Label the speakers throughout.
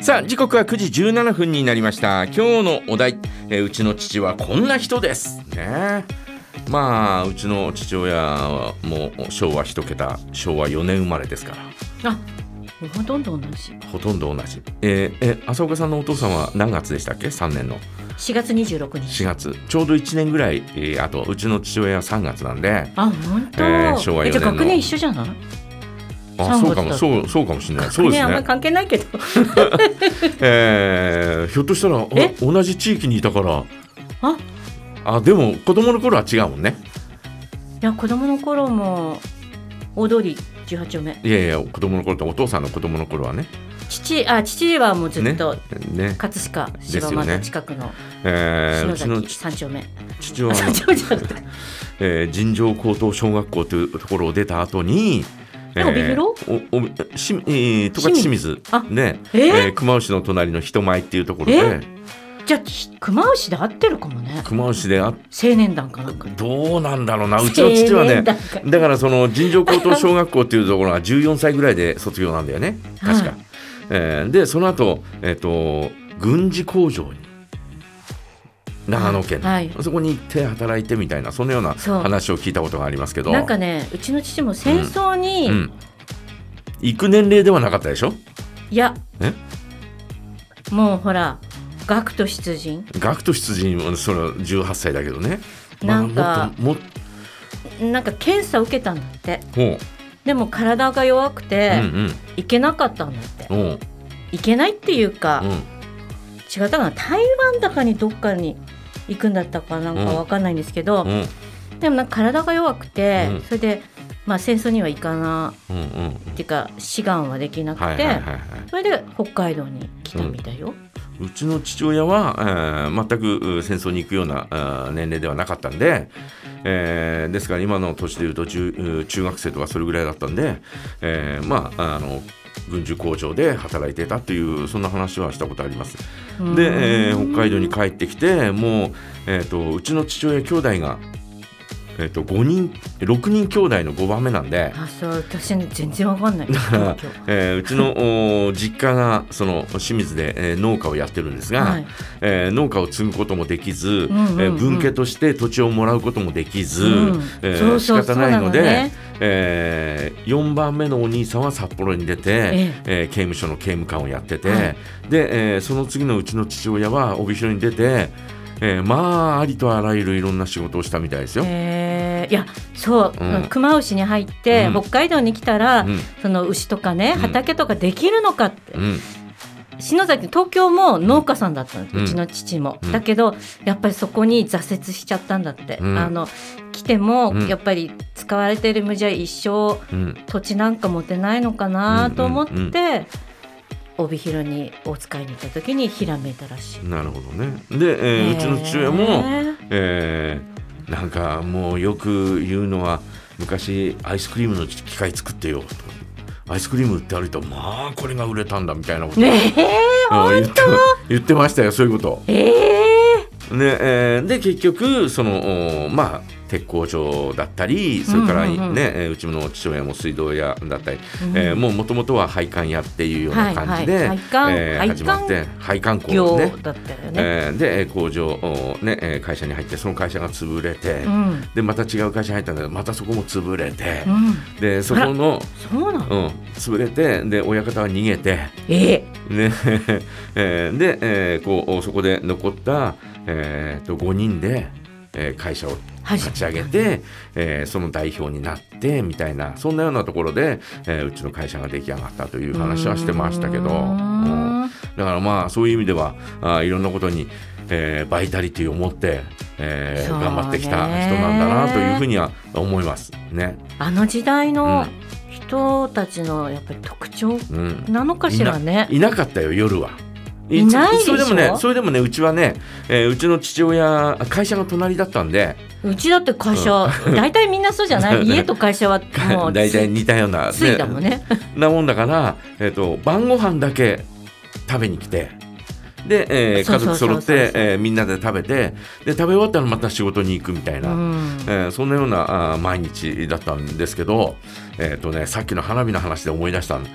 Speaker 1: さあ時刻は9時17分になりました今日のお題、えーうちの父はこんな人ですねまあうちの父親はもう昭和一桁昭和4年生まれですから
Speaker 2: あ、ほとんど同じ。
Speaker 1: ほとんど同じえーえ浅岡さんのお父さんは何月でしたっけ3年の
Speaker 2: 4月26日。
Speaker 1: 4月ちょうど1年ぐらい、えーあとうちの父親は3月なんで
Speaker 2: あ、本当。
Speaker 1: えー昭和
Speaker 2: えじゃあ
Speaker 1: 四年の
Speaker 2: 学年一緒じゃない？
Speaker 1: あそうかも
Speaker 2: 3月だ
Speaker 1: そうそうかもしれないそう
Speaker 2: 学
Speaker 1: です
Speaker 2: 年あんま
Speaker 1: ね
Speaker 2: り、関係ないけど。
Speaker 1: えーひょっとしたらあ
Speaker 2: え
Speaker 1: 同じ地域にいたから
Speaker 2: あ、
Speaker 1: あでも子供の頃は違うもんね
Speaker 2: いや子供の頃も大通り18丁目。
Speaker 1: いやいや子供の頃ってお父さんの子供の頃はね
Speaker 2: 父あ父はもうずっと、
Speaker 1: ね、
Speaker 2: 葛飾
Speaker 1: ですよね
Speaker 2: 柴又近くの
Speaker 1: えー、うち
Speaker 2: 篠
Speaker 1: の
Speaker 2: 崎三丁目。
Speaker 1: 父は
Speaker 2: あ
Speaker 1: あ
Speaker 2: 三
Speaker 1: の、
Speaker 2: 丁目じゃなくて。
Speaker 1: えー、尋常高等小学校というところを出た後に
Speaker 2: え帯広
Speaker 1: おおしえー十勝清水
Speaker 2: あ
Speaker 1: ね
Speaker 2: えー
Speaker 1: ー熊牛の隣の人前っていうところ
Speaker 2: え
Speaker 1: で
Speaker 2: じゃあひ熊牛で合ってるかもね。
Speaker 1: 熊牛であ
Speaker 2: 青年団かなんか。
Speaker 1: どうなんだろうなうちの父は
Speaker 2: 青
Speaker 1: ね
Speaker 2: 年団か
Speaker 1: だからその尋常高等小学校っていうところは14歳ぐらいで卒業なんだよね確か、
Speaker 2: はい
Speaker 1: えーでその後、えっと軍事工場に長野県の、
Speaker 2: はい
Speaker 1: そこに行って働いてみたいなそのような
Speaker 2: そう
Speaker 1: 話を聞いたことがありますけど
Speaker 2: なんかねうちの父も戦争に、
Speaker 1: うん、行く年齢ではなかったでしょ
Speaker 2: いや
Speaker 1: え
Speaker 2: もうほら学徒出陣
Speaker 1: 学徒出陣はそれは18歳だけどね、まあ
Speaker 2: なんか
Speaker 1: もっともっ
Speaker 2: なんか検査受けたんだって
Speaker 1: とほう
Speaker 2: でも体が弱くて、
Speaker 1: うん
Speaker 2: 行けなかったんだって
Speaker 1: うんうん
Speaker 2: 行けないっていうか、
Speaker 1: うん
Speaker 2: 違ったかな台湾だかにどっかに行くんだったかなんか
Speaker 1: うん
Speaker 2: わかんないんですけど、
Speaker 1: うん
Speaker 2: でもなんか体が弱くて、
Speaker 1: うん
Speaker 2: それで、まあ、戦争には行かな
Speaker 1: うんうん
Speaker 2: いっていうか志願はできなくて、
Speaker 1: はいはいはいはい
Speaker 2: それで北海道に来たみたいよ。
Speaker 1: うちの父親は、えー全くう戦争に行くようなあー年齢ではなかったんで、えーですから今の年でいうと中う中学生とかそれぐらいだったんで、えーまああの軍需工場で働いてたというそんな話はしたことあります。
Speaker 2: うん
Speaker 1: で、えー北海道に帰ってきてもう、えー、とうちの父親兄弟が、えー、と5人6人兄弟の5番目なんで。
Speaker 2: あそう私ね全然わかんない
Speaker 1: から
Speaker 2: 東京
Speaker 1: えーうちのお実家がその清水で、えー農家をやってるんですが、
Speaker 2: はい
Speaker 1: えー農家を継ぐこともできず、
Speaker 2: んうんうん
Speaker 1: えー分家として土地をもらうこともできず、
Speaker 2: うん
Speaker 1: えー
Speaker 2: そう
Speaker 1: 仕
Speaker 2: そう
Speaker 1: 方ないので
Speaker 2: そうなのね
Speaker 1: え4番目のお兄さんは札幌に出て、え
Speaker 2: え
Speaker 1: ー刑務所の刑務官をやってて、
Speaker 2: はい
Speaker 1: で、えーその次のうちの父親は帯広に出て、えーまあありとあらゆるいろんな仕事をしたみたいですよ。
Speaker 2: えーいやそう、
Speaker 1: うん
Speaker 2: 熊牛に入って、
Speaker 1: うん
Speaker 2: 北海道に来たら、
Speaker 1: うん
Speaker 2: その牛とかね
Speaker 1: うん
Speaker 2: 畑とかできるのかって、
Speaker 1: うん
Speaker 2: 篠崎東京も農家さんだったの、
Speaker 1: う
Speaker 2: うんちの父も、
Speaker 1: うん
Speaker 2: だけどやっぱりそこに挫折しちゃったんだって、
Speaker 1: うん
Speaker 2: あの来ても、
Speaker 1: うん
Speaker 2: やっぱり使われてる無じゃ一生
Speaker 1: うん
Speaker 2: 土地なんか持てないのかなと思って、
Speaker 1: うんうん
Speaker 2: 帯広にお使いに行った時にひらめいたらしい。
Speaker 1: なるほどね。で、えーうちの父親
Speaker 2: へ
Speaker 1: も、
Speaker 2: ー
Speaker 1: えーなんかもうよく言うのは昔アイスクリームの機械作ってよとアイスクリーム売って歩いたらまあこれが売れたんだみたいなこと、
Speaker 2: ねえ
Speaker 1: うん言って言ってましたよそういうこと。
Speaker 2: えー
Speaker 1: ねえーで結局そのおまあ鉄工所だったりそれから
Speaker 2: うん
Speaker 1: ね、
Speaker 2: うんうん
Speaker 1: えーうちの父親も水道屋だったり、
Speaker 2: うん
Speaker 1: えーもうもともとは配管屋っていうような感じで、
Speaker 2: はいはい配管
Speaker 1: えー
Speaker 2: 配管
Speaker 1: 始まって配管工
Speaker 2: 業
Speaker 1: のね
Speaker 2: だったよね。
Speaker 1: えーでえー工場を、ね、えー会社に入ってその会社が潰れて、
Speaker 2: うん、
Speaker 1: でまた違う会社に入ったんだけどまたそこも潰れて
Speaker 2: う、ん、
Speaker 1: でそこの、
Speaker 2: そうな
Speaker 1: う
Speaker 2: の。
Speaker 1: ん、潰れてで親方は逃げて、
Speaker 2: ええ
Speaker 1: ね えーで、えーこうそこで残った、えーと5人で、えー会社を
Speaker 2: はい
Speaker 1: 立ち上げて、えーその代表になってみたいなそんなようなところで、えーうちの会社が出来上がったという話はしてましたけど。
Speaker 2: うー
Speaker 1: うん
Speaker 2: ん
Speaker 1: だからまあそういう意味ではあーいろんなことに、えーバイタリティを持って、えー
Speaker 2: そうね
Speaker 1: 頑張ってきた人なんだなというふうには思いますね。
Speaker 2: あの時代
Speaker 1: う
Speaker 2: の
Speaker 1: ん
Speaker 2: 人たちのやっぱり特徴
Speaker 1: うん、
Speaker 2: なのかしらね。
Speaker 1: いなかったよ夜は。
Speaker 2: いないでし
Speaker 1: そ
Speaker 2: ょ
Speaker 1: れでもねそれでもねうちはね、えーうちの父親会社が隣だったんで
Speaker 2: うちだって会社、 大体みんなそうじゃな い。家と会社はもう
Speaker 1: 大体似たような、
Speaker 2: ついだもんね。
Speaker 1: なもんだから、えー、と晩ご飯だけ食べに来てで、えー
Speaker 2: そ
Speaker 1: 家
Speaker 2: う
Speaker 1: 族
Speaker 2: そうそう
Speaker 1: 揃
Speaker 2: そう
Speaker 1: って、えーみんなで食べてで食べ終わったらまた仕事に行くみたいうな、
Speaker 2: ん。
Speaker 1: えーそんなようなあー毎日だったんですけど、えっ、とね、さっきの花火の話で思い出したん、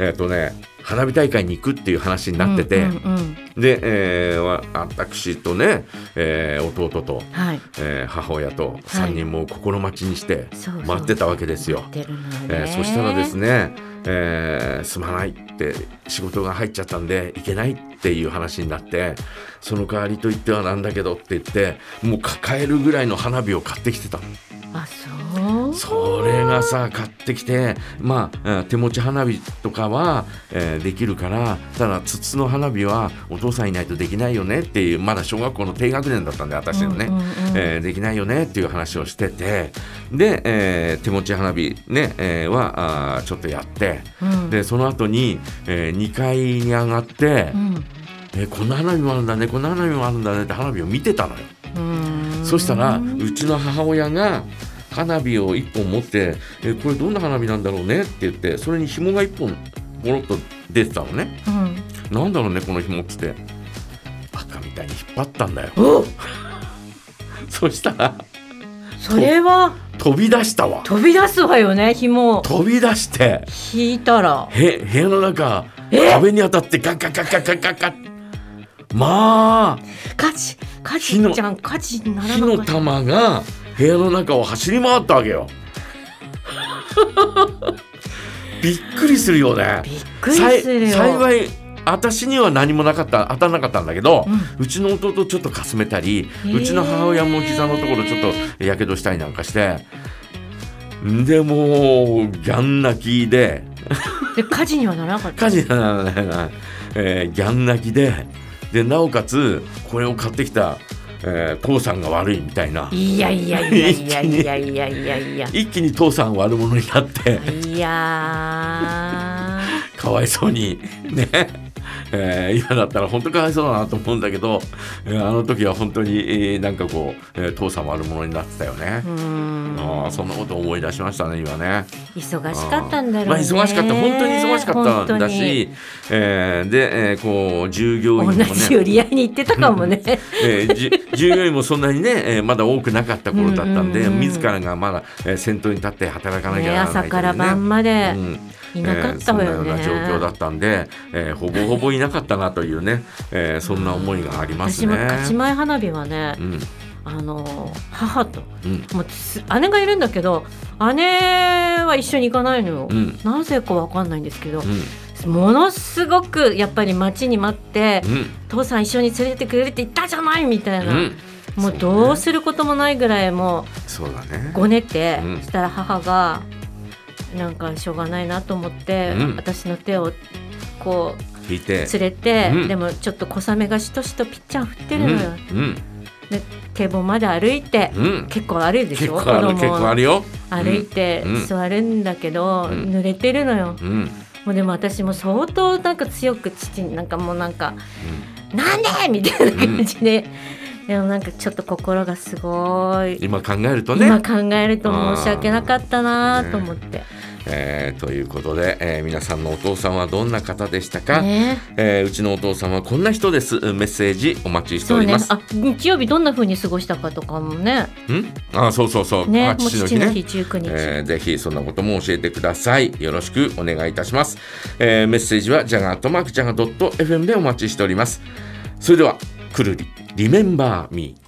Speaker 1: えっ、とね、花火大会に行くっていう話になってて、
Speaker 2: うんうんうん
Speaker 1: で、えーわ私とね、えー弟と、
Speaker 2: はい
Speaker 1: えー母親と3人も心待ちにして
Speaker 2: そうそう
Speaker 1: 待ってたわけですよ。
Speaker 2: 待ってるのよね
Speaker 1: えーそしたらですね、えーすまないって仕事が入っちゃったんで行けないっていう話になってその代わりと言ってはなんだけどって言ってもう抱えるぐらいの花火を買ってきてたの
Speaker 2: あそう
Speaker 1: それがさ買ってきてまあえー手持ち花火とかは、えーできるからただ筒の花火はお父さんいないとできないよねっていうまだ小学校の低学年だったんで私のね、
Speaker 2: うんうんうん
Speaker 1: えーできないよねっていう話をしててで、えー手持ち花火、ねえーはあーちょっとやって
Speaker 2: うん
Speaker 1: でその後に、え2階に上がって、
Speaker 2: うん
Speaker 1: えーこんな花火もあるんだねこんな花火もあるんだねって花火を見てたのよ。
Speaker 2: うん
Speaker 1: そしたら
Speaker 2: うん
Speaker 1: うちの母親が花火を1本持って「えこれどんな花火なんだろうね」って言ってそれに紐が1本ボロッと出てたのね「なんだろうねこの紐」っつってバカみたいに引っ張ったんだよ
Speaker 2: お
Speaker 1: そしたら
Speaker 2: それは
Speaker 1: 飛び出したわ
Speaker 2: 飛び出すわよね紐を
Speaker 1: 飛び出して
Speaker 2: 引いたら
Speaker 1: へ部屋の中
Speaker 2: え
Speaker 1: 壁に当たってガッガッガッガッガッガッガッま
Speaker 2: カチカチ
Speaker 1: 火の
Speaker 2: ちゃんカチに
Speaker 1: あ
Speaker 2: なら
Speaker 1: 火
Speaker 2: なか
Speaker 1: の
Speaker 2: った
Speaker 1: 玉が部屋の中を走り回ったわけよ びっくりするよね
Speaker 2: びっくりするよ
Speaker 1: さい幸い私には何もなかった当たらなかったんだけど、うちの弟ちょっとかすめたり、
Speaker 2: ー
Speaker 1: うちの母親も膝のところちょっとやけどしたりなんかしてんでもうギャン泣きで
Speaker 2: で火事にはならなかった
Speaker 1: 火事ならないな、えーギャン泣きででなおかつこれを買ってきた、えー父さんが悪いみたいない
Speaker 2: やいやいやいやいやいやいやいや
Speaker 1: 一気に父さん悪者になって
Speaker 2: いや
Speaker 1: かわいそうにね、えー今だったら本当かわいそうだなと思うんだけど、えーあの時は本当に、えーなんかこう、えー父さん悪者になってたよね
Speaker 2: ーう、ん
Speaker 1: あーそんなこと思い出しましたね今ね
Speaker 2: 忙しかったんだろうね
Speaker 1: まあ、忙しかった本当に忙しかったんだし、えーで、えーこう従業員
Speaker 2: 本
Speaker 1: も
Speaker 2: 当に同じ
Speaker 1: ね
Speaker 2: 寄り合いに行ってたかもね
Speaker 1: えーじゅ従業員もそんなにね、えーまだ多くなかった頃だったんで、
Speaker 2: うんうんうん
Speaker 1: 自らがまだ、えー先頭に立って働かなきゃ
Speaker 2: ね
Speaker 1: ならないというね、
Speaker 2: 朝から晩まで
Speaker 1: うん
Speaker 2: いなかっ
Speaker 1: えーそ
Speaker 2: た
Speaker 1: ん
Speaker 2: わ
Speaker 1: な
Speaker 2: よ
Speaker 1: よう
Speaker 2: ね、
Speaker 1: な状況だったんで、えーほぼほぼいなかったなというね、えーそんな思いがあります
Speaker 2: 私
Speaker 1: ね。
Speaker 2: も勝ち前花火はね、
Speaker 1: うん
Speaker 2: あの母と
Speaker 1: うん
Speaker 2: もうつ姉がいるんだけど姉は一緒に行かないのよ、
Speaker 1: うん
Speaker 2: なぜかわかんないんですけど
Speaker 1: う、ん
Speaker 2: ものすごくやっぱり待ちに待って、
Speaker 1: うん
Speaker 2: 父さん一緒に連れてってくれるって言ったじゃないみたいな、
Speaker 1: うん
Speaker 2: も
Speaker 1: そ
Speaker 2: う
Speaker 1: うね
Speaker 2: どうすることもないぐらいも
Speaker 1: そうだね
Speaker 2: う。ごねて、
Speaker 1: うん
Speaker 2: そしたら母がなんかしょうがないなと思って、
Speaker 1: うん
Speaker 2: 私の手をこう
Speaker 1: 聞いて。
Speaker 2: 連れて、
Speaker 1: うん
Speaker 2: でもちょっと小雨がしとしとピッチャー振って
Speaker 1: う
Speaker 2: る
Speaker 1: ん
Speaker 2: のよ、
Speaker 1: うん
Speaker 2: 堤防まで歩いて、
Speaker 1: うん
Speaker 2: 結構歩いで
Speaker 1: 結
Speaker 2: しょ
Speaker 1: 構ある結構あるよ。
Speaker 2: 歩いて
Speaker 1: うん
Speaker 2: 座るんだけど、
Speaker 1: うん
Speaker 2: 濡れてるのよ、
Speaker 1: うんうん
Speaker 2: もうでも私も相当なんか強く父になんかもうなんか「なんで!」みたいな感じで、でもなんかちょっと心がすごい、
Speaker 1: 今考えるとね
Speaker 2: 今。考えると申し訳なかったなと思って、
Speaker 1: えーということで、えー皆さんのお父さんはどんな方でしたか、
Speaker 2: ね
Speaker 1: えーうちのお父さんはこんな人ですメッセージお待ちして
Speaker 2: そ
Speaker 1: お
Speaker 2: う
Speaker 1: り
Speaker 2: ね
Speaker 1: ます。
Speaker 2: あ日曜日どんな風に過ごしたかとかもね
Speaker 1: んあそうそうそう、
Speaker 2: ね
Speaker 1: あ
Speaker 2: もう
Speaker 1: 父の日
Speaker 2: 父の
Speaker 1: ね
Speaker 2: 日19日、
Speaker 1: えーぜひそんなことも教えてください。よろしくお願いいたします。えーメッセージはジャガーとマークジャガ .fm でお待ちしております。それでは、くるり、リメンバーミー。